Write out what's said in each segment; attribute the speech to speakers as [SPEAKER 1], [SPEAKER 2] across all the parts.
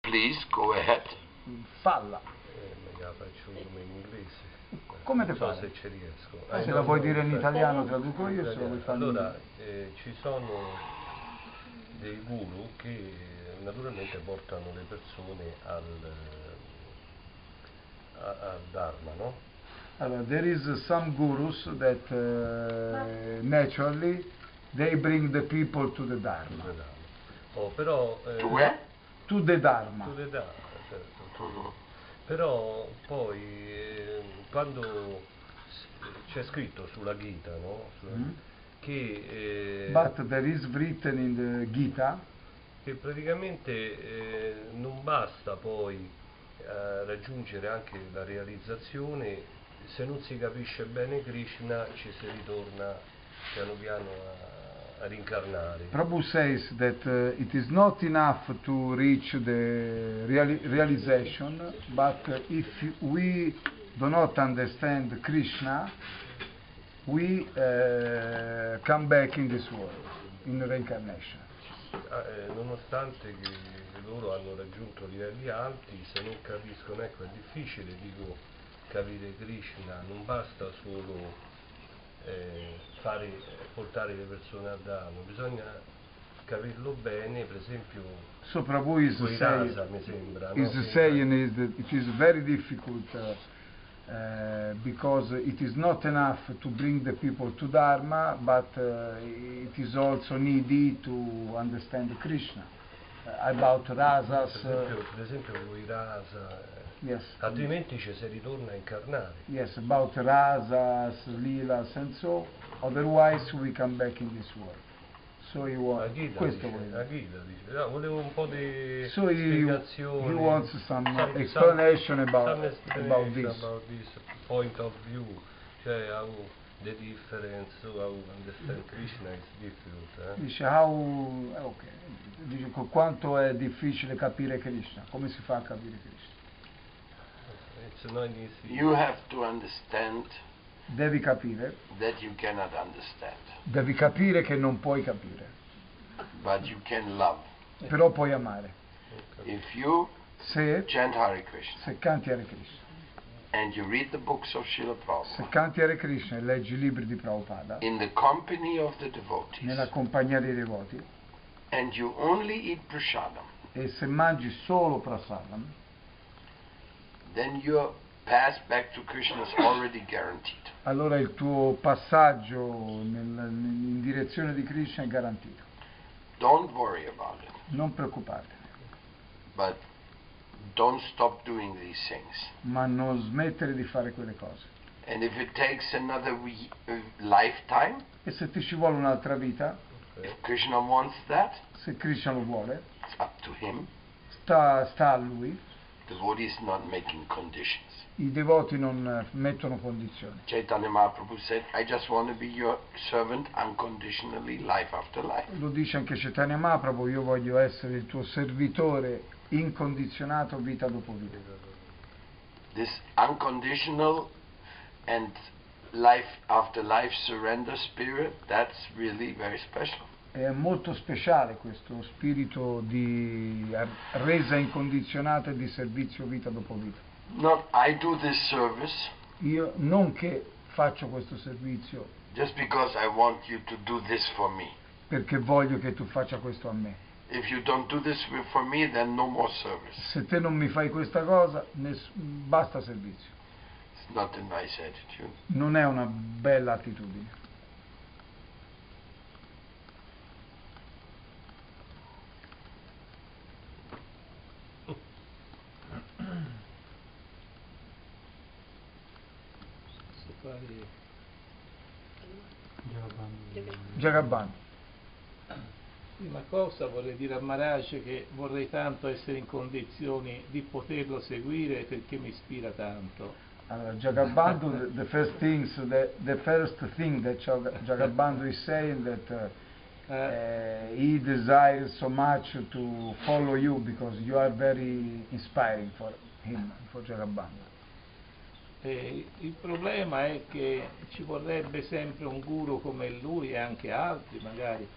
[SPEAKER 1] Please go ahead.
[SPEAKER 2] Falla.
[SPEAKER 3] Eh, la faccio un nome in inglese.
[SPEAKER 2] Come te
[SPEAKER 3] non so
[SPEAKER 2] pare?
[SPEAKER 3] se ci riesco.
[SPEAKER 2] Eh, Se
[SPEAKER 3] no,
[SPEAKER 2] la
[SPEAKER 3] no,
[SPEAKER 2] vuoi
[SPEAKER 3] no,
[SPEAKER 2] dire in
[SPEAKER 3] aspetta.
[SPEAKER 2] italiano traduco io, se la vuoi fare in
[SPEAKER 3] Allora,
[SPEAKER 2] inglese.
[SPEAKER 3] eh, ci sono dei guru che eh, naturalmente portano le persone al, eh, a- al Dharma, no?
[SPEAKER 2] Allora, there is some gurus that uh, naturally they bring the people to the
[SPEAKER 3] Tu
[SPEAKER 2] Dharma.
[SPEAKER 3] le dai. Oh, però... eh,
[SPEAKER 1] To where?
[SPEAKER 2] To the Dharma.
[SPEAKER 3] tu le dai, certo, tu- Però poi eh, quando s- c'è scritto sulla Gita, no? Sulla-
[SPEAKER 2] Mm.
[SPEAKER 3] Che... eh,
[SPEAKER 2] But there is written in the Gita
[SPEAKER 3] che praticamente eh, non basta poi eh, raggiungere anche la realizzazione se non si capisce bene Krishna ci si ritorna piano piano a, a rincarnare
[SPEAKER 2] Prabhu says that uh, it is not enough to reach the reali- realization, but uh, if we do not understand Krishna, we uh, come back in this world, in reincarnation.
[SPEAKER 3] Ah, eh, nonostante che loro hanno raggiunto livelli alti se non capiscono ecco è difficile dico capire Krishna non basta solo eh, fare, portare le persone a Dhamma bisogna capirlo bene per esempio
[SPEAKER 2] So Prabhu is
[SPEAKER 3] Guirasa, mi sembra. no?
[SPEAKER 2] saying, is saying is that it is very difficult uh, uh, because it is not enough to bring the people to Dharma, but uh, it is also needy to understand Krishna. Uh, about
[SPEAKER 3] Per
[SPEAKER 2] rasas, uh,
[SPEAKER 3] esempio, per esempio Guirasa, eh,
[SPEAKER 2] yes,
[SPEAKER 3] altrimenti ci si ritorna a incarnare.
[SPEAKER 2] yes, about rasas, lilas, and so. Otherwise, we come back in this world. So he
[SPEAKER 3] La
[SPEAKER 2] wants.
[SPEAKER 3] Gita
[SPEAKER 2] Questo
[SPEAKER 3] dice, la
[SPEAKER 2] vuole.
[SPEAKER 3] Gita dice, "Ah, volevo un po' di
[SPEAKER 2] So he, he
[SPEAKER 3] spiegazione.
[SPEAKER 2] wants some
[SPEAKER 3] some- some-
[SPEAKER 2] explanation about
[SPEAKER 3] some explanation
[SPEAKER 2] about this.
[SPEAKER 3] about this point of view, cioè how the difference, how understand Krishna is difficult. eh.
[SPEAKER 2] Dice, how, eh, ok, dice co- quanto è difficile capire Krishna, come si fa a capire Krishna?
[SPEAKER 3] It's not easy.
[SPEAKER 1] You have to understand
[SPEAKER 2] Devi capire,
[SPEAKER 1] that you cannot understand,
[SPEAKER 2] devi capire che non puoi capire,
[SPEAKER 1] but you can love.
[SPEAKER 2] però puoi amare.
[SPEAKER 1] If you
[SPEAKER 2] Se,
[SPEAKER 1] chant Hare Krishna
[SPEAKER 2] se canti Hare Krishna,
[SPEAKER 1] and you read the books of Srila
[SPEAKER 2] se
[SPEAKER 1] Prabhupada
[SPEAKER 2] canti Hare Krishna e leggi i libri di Prabhupada,
[SPEAKER 1] in the company of the devotees
[SPEAKER 2] nella compagnia dei devoti,
[SPEAKER 1] and you only eat prasadam,
[SPEAKER 2] e se mangi solo prasadam,
[SPEAKER 1] then your pass back to Krishna is already guaranteed.
[SPEAKER 2] allora il tuo passaggio nel- in direzione di Krishna è garantito.
[SPEAKER 1] Don't worry about it,
[SPEAKER 2] Non preoccuparti,
[SPEAKER 1] but don't stop doing these things.
[SPEAKER 2] ma non smettere di fare quelle cose.
[SPEAKER 1] And if it takes another we- uh, lifetime,
[SPEAKER 2] E se ti ci vuole un'altra vita,
[SPEAKER 1] if Krishna wants that,
[SPEAKER 2] se Krishna lo vuole,
[SPEAKER 1] it's up to him.
[SPEAKER 2] sta, sta a lui,
[SPEAKER 1] Devotee is not making conditions.
[SPEAKER 2] i devoti non eh, mettono condizioni.
[SPEAKER 1] Chaitanya Mahaprabhu said, I just want to be your servant unconditionally, life after life.
[SPEAKER 2] Lo dice anche Chaitanya Mahaprabhu, io voglio essere il tuo servitore incondizionato vita dopo vita.
[SPEAKER 1] This unconditional and life after life surrender spirit, that's really very special.
[SPEAKER 2] È molto speciale questo spirito di eh, resa incondizionata e di servizio vita dopo vita.
[SPEAKER 1] Not I do this service
[SPEAKER 2] Io non che faccio questo servizio
[SPEAKER 1] just because I want you to do this for me.
[SPEAKER 2] perché voglio che tu faccia questo a me.
[SPEAKER 1] If you don't do this wi- for me, then no more service.
[SPEAKER 2] Se te non mi fai questa cosa, ness- basta servizio.
[SPEAKER 1] It's not a nice attitude.
[SPEAKER 2] Non è una bella attitudine.
[SPEAKER 4] Se poi
[SPEAKER 2] Jagaban,
[SPEAKER 4] prima cosa vorrei dire a Marace che vorrei tanto essere in condizioni di poterlo seguire perché mi ispira tanto.
[SPEAKER 2] allora, Jagabandhu, the first things, that, the first thing that Jag- Jagabandhu is saying that uh,
[SPEAKER 4] Eh,
[SPEAKER 2] eh, he desires so much to follow you because you are very inspiring for him, for Jagabandhu.
[SPEAKER 4] eh, il problema è che ci vorrebbe sempre un guru come lui e anche altri magari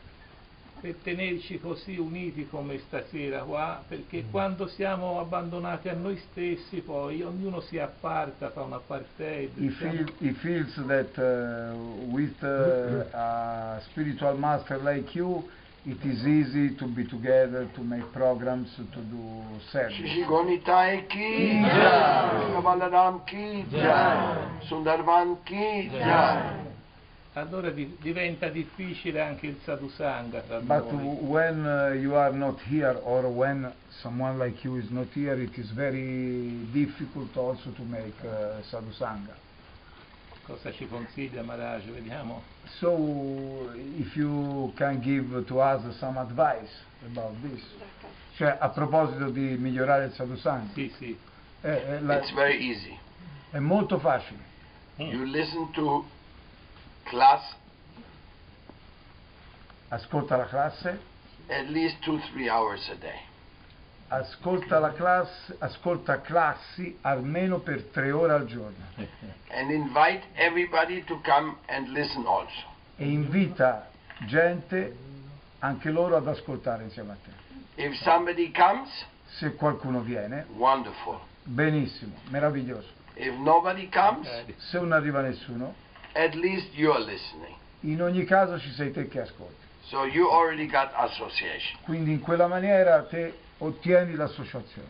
[SPEAKER 4] per tenerci così uniti come stasera qua, perché quando siamo abbandonati a noi stessi poi ognuno si apparta, fa diciamo. una partenza.
[SPEAKER 2] He, feel, he feels that uh, with uh, a spiritual master like you, it is easy to be together, to make programs, to do service.
[SPEAKER 1] Shishigonitai ki jai, Krishna Balaram ki jai, Sundarvan ki jai.
[SPEAKER 4] Allora di- diventa difficile anche il sadhusanga tra
[SPEAKER 2] But
[SPEAKER 4] noi.
[SPEAKER 2] when uh, you are not here or when someone like you is not here, it is very difficult also to make uh, sadhusanga.
[SPEAKER 4] Cosa ci consiglia Maharaj? Vediamo.
[SPEAKER 2] So if you can give to us some advice about this, cioè a proposito di migliorare il sadhusanga,
[SPEAKER 4] Sì, sì.
[SPEAKER 2] è, è la-
[SPEAKER 1] It's very easy.
[SPEAKER 2] è molto facile.
[SPEAKER 1] You listen to class
[SPEAKER 2] Ascolta la classe,
[SPEAKER 1] at least two, three hours a day.
[SPEAKER 2] ascolta la classe, ascolta classi almeno per tre ore al giorno
[SPEAKER 1] And invite everybody to come and listen also.
[SPEAKER 2] e invita gente, anche loro, ad ascoltare insieme a te.
[SPEAKER 1] If somebody comes,
[SPEAKER 2] Se qualcuno viene,
[SPEAKER 1] wonderful.
[SPEAKER 2] benissimo, meraviglioso.
[SPEAKER 1] If nobody comes,
[SPEAKER 4] Eh,
[SPEAKER 2] Se non arriva nessuno,
[SPEAKER 1] at least you're listening.
[SPEAKER 2] in ogni caso ci sei te che ascolti.
[SPEAKER 1] So you already got association.
[SPEAKER 2] Quindi in quella maniera te ottieni l'associazione.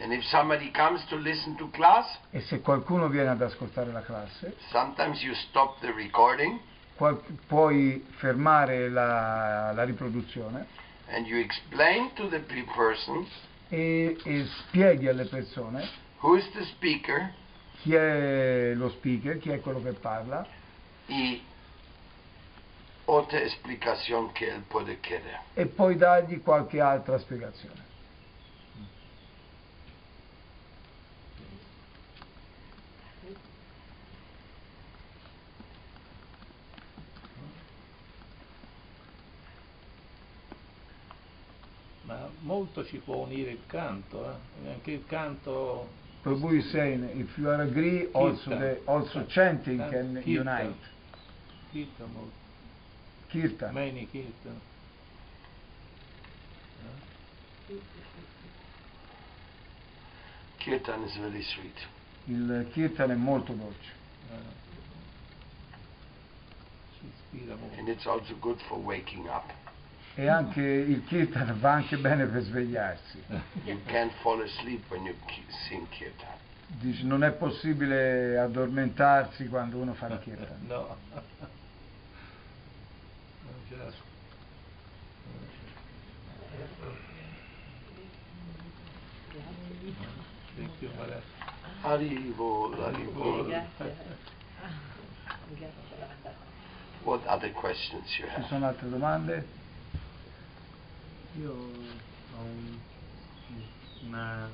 [SPEAKER 1] And if somebody comes to listen to class,
[SPEAKER 2] E se qualcuno viene ad ascoltare la classe,
[SPEAKER 1] sometimes you stop the recording
[SPEAKER 2] qual- puoi fermare la, la riproduzione
[SPEAKER 1] and you explain to the pe- person
[SPEAKER 2] e- e spieghi alle persone
[SPEAKER 1] who is the speaker,
[SPEAKER 2] chi è lo speaker, chi è quello che parla
[SPEAKER 1] y otra explicación que él puede querer.
[SPEAKER 2] e poi dargli qualche altra spiegazione.
[SPEAKER 4] ma molto ci può unire il canto, eh. anche il canto
[SPEAKER 2] Per cui saying if you are agree also, the, also chanting can unite.
[SPEAKER 4] Kirtan, molto,
[SPEAKER 2] Kirtan.
[SPEAKER 4] many Kirtan.
[SPEAKER 1] Kirtan is very sweet.
[SPEAKER 2] Il Kirtan è molto dolce
[SPEAKER 4] eh, Ci ispira molto.
[SPEAKER 1] And it's also good for waking up.
[SPEAKER 2] e anche il Kirtan va anche bene per svegliarsi.
[SPEAKER 1] You can't fall asleep when you ki- sing Kirtan.
[SPEAKER 2] Dice, non è possibile addormentarsi quando uno fa il Kirtan.
[SPEAKER 4] No. Non ce la so. Thank you, Maharaj.
[SPEAKER 1] Haribo, Haribo. What other questions you
[SPEAKER 2] Ci
[SPEAKER 1] have?
[SPEAKER 2] sono altre domande?
[SPEAKER 5] Io ho un- una,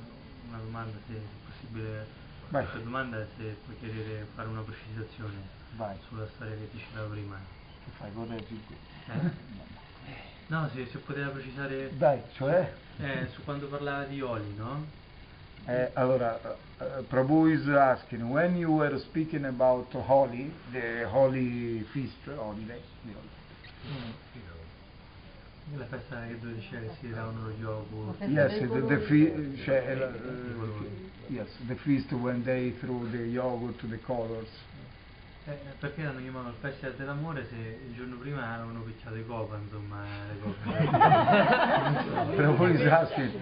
[SPEAKER 5] una domanda, se è possibile.
[SPEAKER 2] Vai.
[SPEAKER 5] La domanda è se puoi chiedere, fare una precisazione
[SPEAKER 2] Vai,
[SPEAKER 5] sulla storia che ti citavo prima.
[SPEAKER 2] che fai? Correggi.
[SPEAKER 5] Eh? No, se, se poteva precisare
[SPEAKER 2] Dai, cioè?
[SPEAKER 5] eh, su quando parlava di oli, no?
[SPEAKER 2] Eh, allora, uh, Prabhu is asking, when you were speaking about Holi, the holy feast, holiday, the holy-
[SPEAKER 4] Mm.
[SPEAKER 5] Nella festa che due discepoli si davano lo yogurt.
[SPEAKER 2] yes, the, the fe- cioè, la- eh, yes, the feast when they threw the yogurt to the colors,
[SPEAKER 5] Eh, perché l'hanno chiamato festa dell'amore se il giorno prima avevano picchiato i copa, insomma, eh, le coppe.
[SPEAKER 2] Prabhu is asking,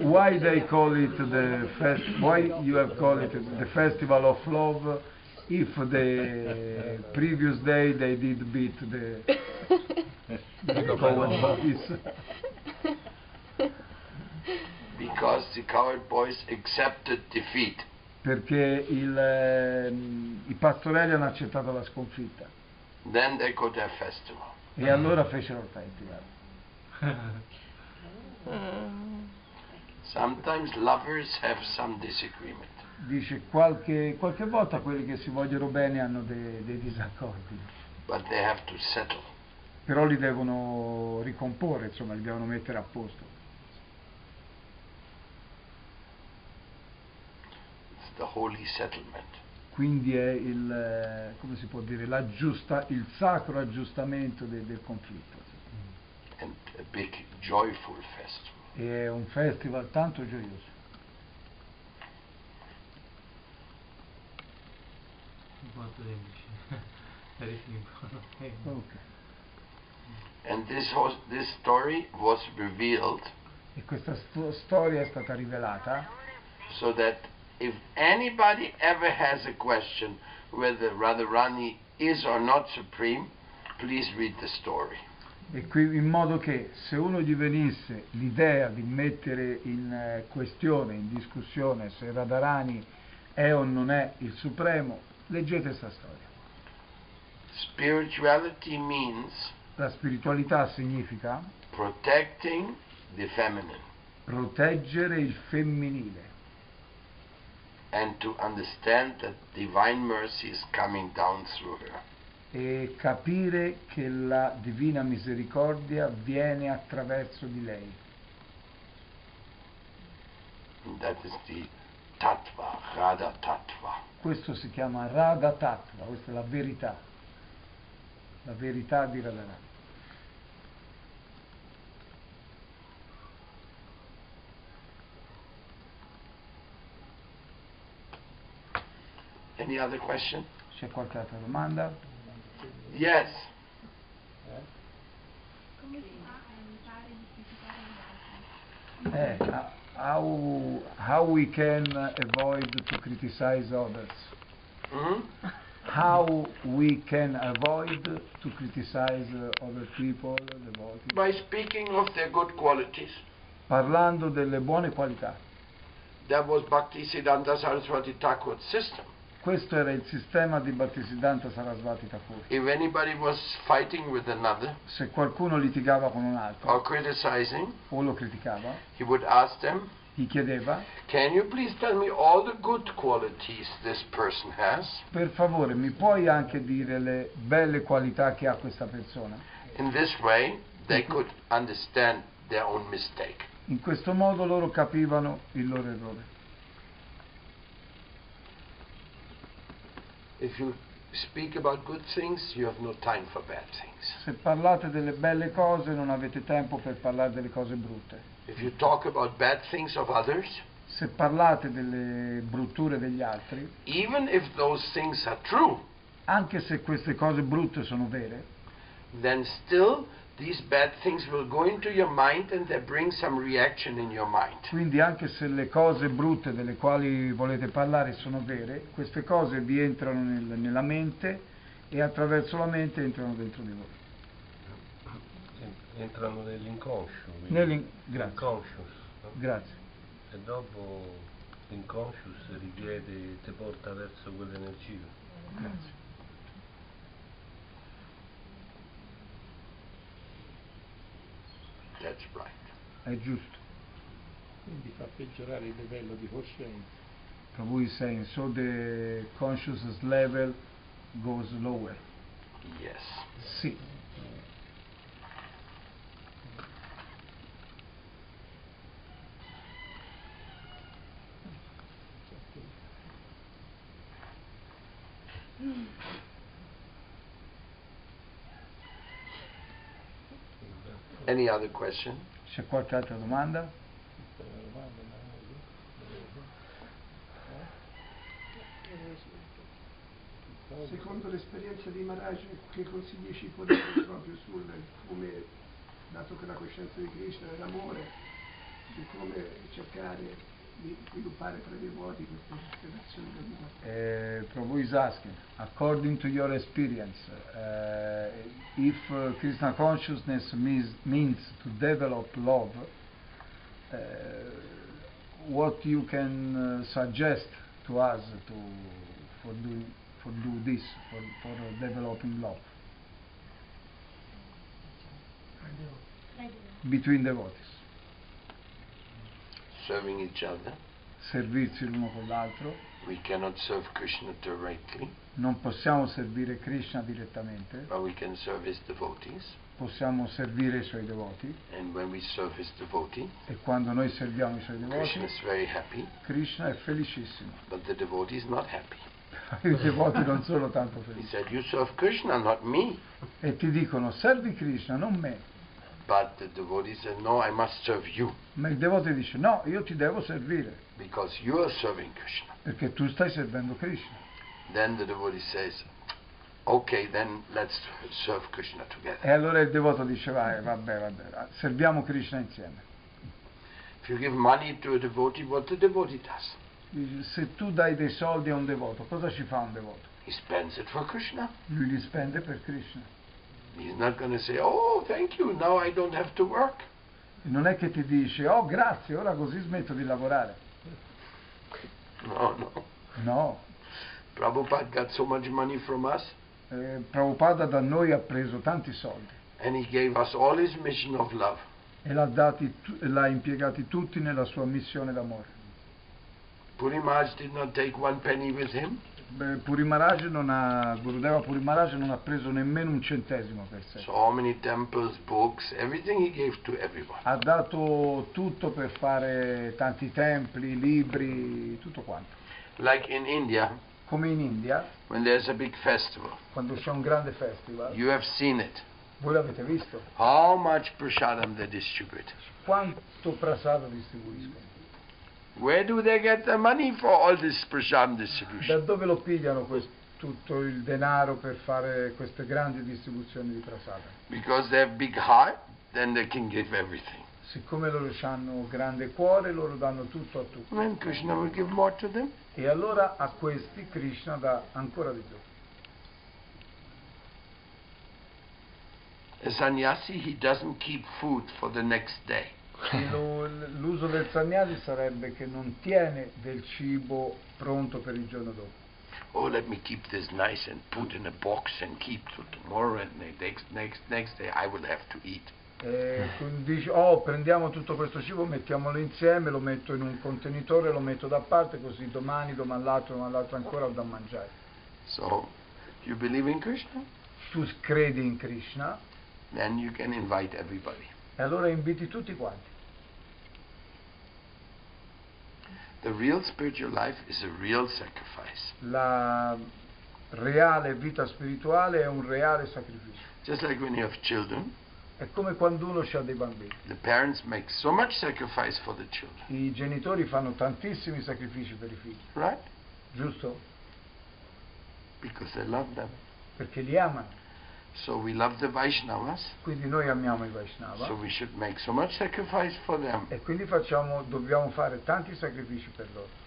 [SPEAKER 2] why they call it the fest, why you have called it the festival of love, if the previous day they did beat the, the colored bodies.
[SPEAKER 1] Because the coward boys accepted defeat.
[SPEAKER 2] perché il, ehm, i pastorelli hanno accettato la sconfitta
[SPEAKER 1] Then they go to a festival.
[SPEAKER 2] e allora fecero il festival.
[SPEAKER 1] Sometimes lovers have some disagreement.
[SPEAKER 2] Dice qualche, qualche volta quelli che si vogliono bene hanno de- dei disaccordi,
[SPEAKER 1] but they have to settle.
[SPEAKER 2] però li devono ricomporre, insomma li devono mettere a posto.
[SPEAKER 1] It's the holy settlement.
[SPEAKER 2] Quindi è il, eh, come si può dire, l'aggiusta- il sacro aggiustamento de- del conflitto.
[SPEAKER 1] And big joyful festival.
[SPEAKER 2] è un festival tanto gioioso.
[SPEAKER 5] un po' semplice. Carissimi, ok.
[SPEAKER 2] Ok.
[SPEAKER 1] And this was this story was revealed
[SPEAKER 2] E questa sto- storia è stata rivelata
[SPEAKER 1] so that if anybody ever has a question whether Radharani is or not supreme, please read the story.
[SPEAKER 2] e qui, in modo che se uno gli venisse l'idea di mettere in eh, questione, in discussione se Radarani è o non è il Supremo, leggete questa storia.
[SPEAKER 1] Spirituality means
[SPEAKER 2] La spiritualità significa
[SPEAKER 1] protecting the feminine
[SPEAKER 2] proteggere il femminile
[SPEAKER 1] and to understand that divine mercy is coming down through her.
[SPEAKER 2] e capire che la divina misericordia viene attraverso di lei.
[SPEAKER 1] And that is the tattva, Radha tattva.
[SPEAKER 2] Questo si chiama Radha Tattva, questa è la verità, la verità di Radharani.
[SPEAKER 1] Any other question?
[SPEAKER 2] C'è qualche altra domanda?
[SPEAKER 1] Yes.
[SPEAKER 2] Eh, ah, how, how we can avoid to criticize others?
[SPEAKER 1] hmm
[SPEAKER 2] How we can avoid to criticize other people, devotees?
[SPEAKER 1] By speaking of their good qualities.
[SPEAKER 2] Parlando delle buone qualità.
[SPEAKER 1] That was Bhaktisiddhanta Saraswati Thakur's system.
[SPEAKER 2] Questo era il sistema di Bhaktisiddhanta Sarasvati Thakur.
[SPEAKER 1] If anybody was fighting with another
[SPEAKER 2] Se qualcuno litigava con un altro
[SPEAKER 1] or criticizing,
[SPEAKER 2] o lo criticava,
[SPEAKER 1] he would ask them,
[SPEAKER 2] gli chiedeva
[SPEAKER 1] Can you please tell me all the good qualities this person has?
[SPEAKER 2] Per favore, mi puoi anche dire le belle qualità che ha questa persona?
[SPEAKER 1] In this way, they could understand their own mistake.
[SPEAKER 2] In questo modo loro capivano il loro errore.
[SPEAKER 1] If you speak about good things, you have no time for bad things.
[SPEAKER 2] Se parlate delle belle cose non avete tempo per parlare delle cose brutte.
[SPEAKER 1] If you talk about bad things of others,
[SPEAKER 2] Se parlate delle brutture degli altri,
[SPEAKER 1] even if those things are true,
[SPEAKER 2] anche se queste cose brutte sono vere,
[SPEAKER 1] then still these bad things will go into your mind and they bring some reaction in your mind.
[SPEAKER 2] quindi anche se le cose brutte delle quali volete parlare sono vere, queste cose vi entrano nel- nella mente e attraverso la mente entrano dentro di voi.
[SPEAKER 3] En- entrano nell'inconscio. quindi.
[SPEAKER 2] Nell'in- grazie,
[SPEAKER 3] Inconscious. no?
[SPEAKER 2] grazie.
[SPEAKER 3] E dopo l'inconscious richiede, ti porta verso quell'energia.
[SPEAKER 2] grazie.
[SPEAKER 1] That's right.
[SPEAKER 2] È giusto.
[SPEAKER 4] quindi fa peggiorare il livello di coscienza.
[SPEAKER 2] Prabhu is saying, so the consciousness level goes lower.
[SPEAKER 1] Yes.
[SPEAKER 2] Sì.
[SPEAKER 1] Any other question?
[SPEAKER 2] C'è qualche altra domanda?
[SPEAKER 4] eh,
[SPEAKER 6] Secondo l'esperienza di Maharaj, che consigli ci può dare proprio sul come, dato che la coscienza di Krishna è l'amore, su come cercare di sviluppare tra i devoti questa relazione dell'amore?
[SPEAKER 2] Eh, Prabhu is asking, according to your experience, eh, if eh, Krishna consciousness means, means to develop love, eh, what you can eh, suggest to us to, for, doing, for do this, for, for developing love between devotees?
[SPEAKER 1] Serving each other.
[SPEAKER 2] Servirsi l'uno con l'altro,
[SPEAKER 1] We cannot serve Krishna directly,
[SPEAKER 2] non possiamo servire Krishna direttamente,
[SPEAKER 1] but we can serve his devotees.
[SPEAKER 2] possiamo servire i suoi devoti.
[SPEAKER 1] And when we serve his devotee,
[SPEAKER 2] E quando noi serviamo i suoi
[SPEAKER 1] Krishna
[SPEAKER 2] devoti,
[SPEAKER 1] is very happy,
[SPEAKER 2] Krishna è felicissimo.
[SPEAKER 1] but the devotee is not happy.
[SPEAKER 2] I devoti non sono tanto
[SPEAKER 1] He
[SPEAKER 2] felici.
[SPEAKER 1] said, You serve Krishna, not me.
[SPEAKER 2] E ti dicono, servi Krishna, non me.
[SPEAKER 1] But the devotee said, No, I must serve you
[SPEAKER 2] Ma il devoto dice no, io ti devo servire
[SPEAKER 1] because you are serving Krishna.
[SPEAKER 2] perché tu stai servendo Krishna.
[SPEAKER 1] Then the devotee says, Okay, then let's serve Krishna together.
[SPEAKER 2] E allora il devoto dice vai, vabbè, vabbè, serviamo Krishna insieme.
[SPEAKER 1] If you give money to a devotee, what the devotee does?
[SPEAKER 2] Dice, Se tu dai dei soldi a un devoto, cosa ci fa un devoto?
[SPEAKER 1] He spends it for Krishna.
[SPEAKER 2] Lui li spende per Krishna.
[SPEAKER 1] He's not going to say, Oh, thank you, now I don't have to work.
[SPEAKER 2] E non è che ti dice oh grazie, ora così smetto di lavorare.
[SPEAKER 1] No, no.
[SPEAKER 2] No,
[SPEAKER 1] Prabhupada got so much money from us,
[SPEAKER 2] eh, Prabhupada da noi ha preso tanti soldi
[SPEAKER 1] and he gave us all his mission of love.
[SPEAKER 2] e l'ha, dati tu- e l'ha impiegati tutti nella sua missione d'amore.
[SPEAKER 1] Puri Maharaj did not take one penny with him.
[SPEAKER 2] Beh, Puri Maharaj non ha, Gurudeva Puri Maharaj non ha preso nemmeno un centesimo per sé.
[SPEAKER 1] So many temples, books, everything he gave to everyone.
[SPEAKER 2] Ha dato tutto per fare tanti templi, libri, tutto quanto.
[SPEAKER 1] Like in India,
[SPEAKER 2] Come in India,
[SPEAKER 1] when there's a big festival,
[SPEAKER 2] quando c'è un grande festival,
[SPEAKER 1] you have seen it.
[SPEAKER 2] voi l'avete visto,
[SPEAKER 1] How much prasadam they distribute.
[SPEAKER 2] quanto prasada distribuiscono.
[SPEAKER 1] Where do they get the money for all this prasadam
[SPEAKER 2] Da
[SPEAKER 1] distribution?
[SPEAKER 2] dove lo pigliano quest- tutto il denaro per fare queste grandi distribuzioni di prasada?
[SPEAKER 1] Because they have big heart, then they can give everything.
[SPEAKER 2] Siccome loro hanno grande cuore, loro danno tutto a tutti.
[SPEAKER 1] Then Krishna will give more to them.
[SPEAKER 2] E allora a questi Krishna dà ancora di più.
[SPEAKER 1] A sannyasi, he doesn't keep food for the next day.
[SPEAKER 2] Lo- l'uso del sannyasi sarebbe che non tiene del cibo pronto per il giorno dopo.
[SPEAKER 1] Oh, let me keep this nice and put in a box and keep to tomorrow and the next, next, next day I will have to eat.
[SPEAKER 2] E quindi dici, oh, prendiamo tutto questo cibo, mettiamolo insieme, lo metto in un contenitore, lo metto da parte, così domani, domani l'altro, domani l'altro ancora ho da mangiare.
[SPEAKER 1] So, you believe in Krishna?
[SPEAKER 2] Tu credi in Krishna
[SPEAKER 1] Then you can invite everybody.
[SPEAKER 2] e allora inviti tutti quanti.
[SPEAKER 1] The real spiritual life is a real sacrifice.
[SPEAKER 2] La reale vita spirituale è un reale sacrificio.
[SPEAKER 1] Just like when you have children,
[SPEAKER 2] È come quando uno ha dei bambini.
[SPEAKER 1] the parents make so much sacrifice for the children,
[SPEAKER 2] I genitori fanno tantissimi sacrifici per i figli,
[SPEAKER 1] right?
[SPEAKER 2] giusto?
[SPEAKER 1] Because they love them.
[SPEAKER 2] Perché li amano.
[SPEAKER 1] So we love the Vaishnavas,
[SPEAKER 2] Quindi noi amiamo i Vaishnava
[SPEAKER 1] so we should make so much sacrifice for them.
[SPEAKER 2] e quindi facciamo, dobbiamo fare tanti sacrifici per loro.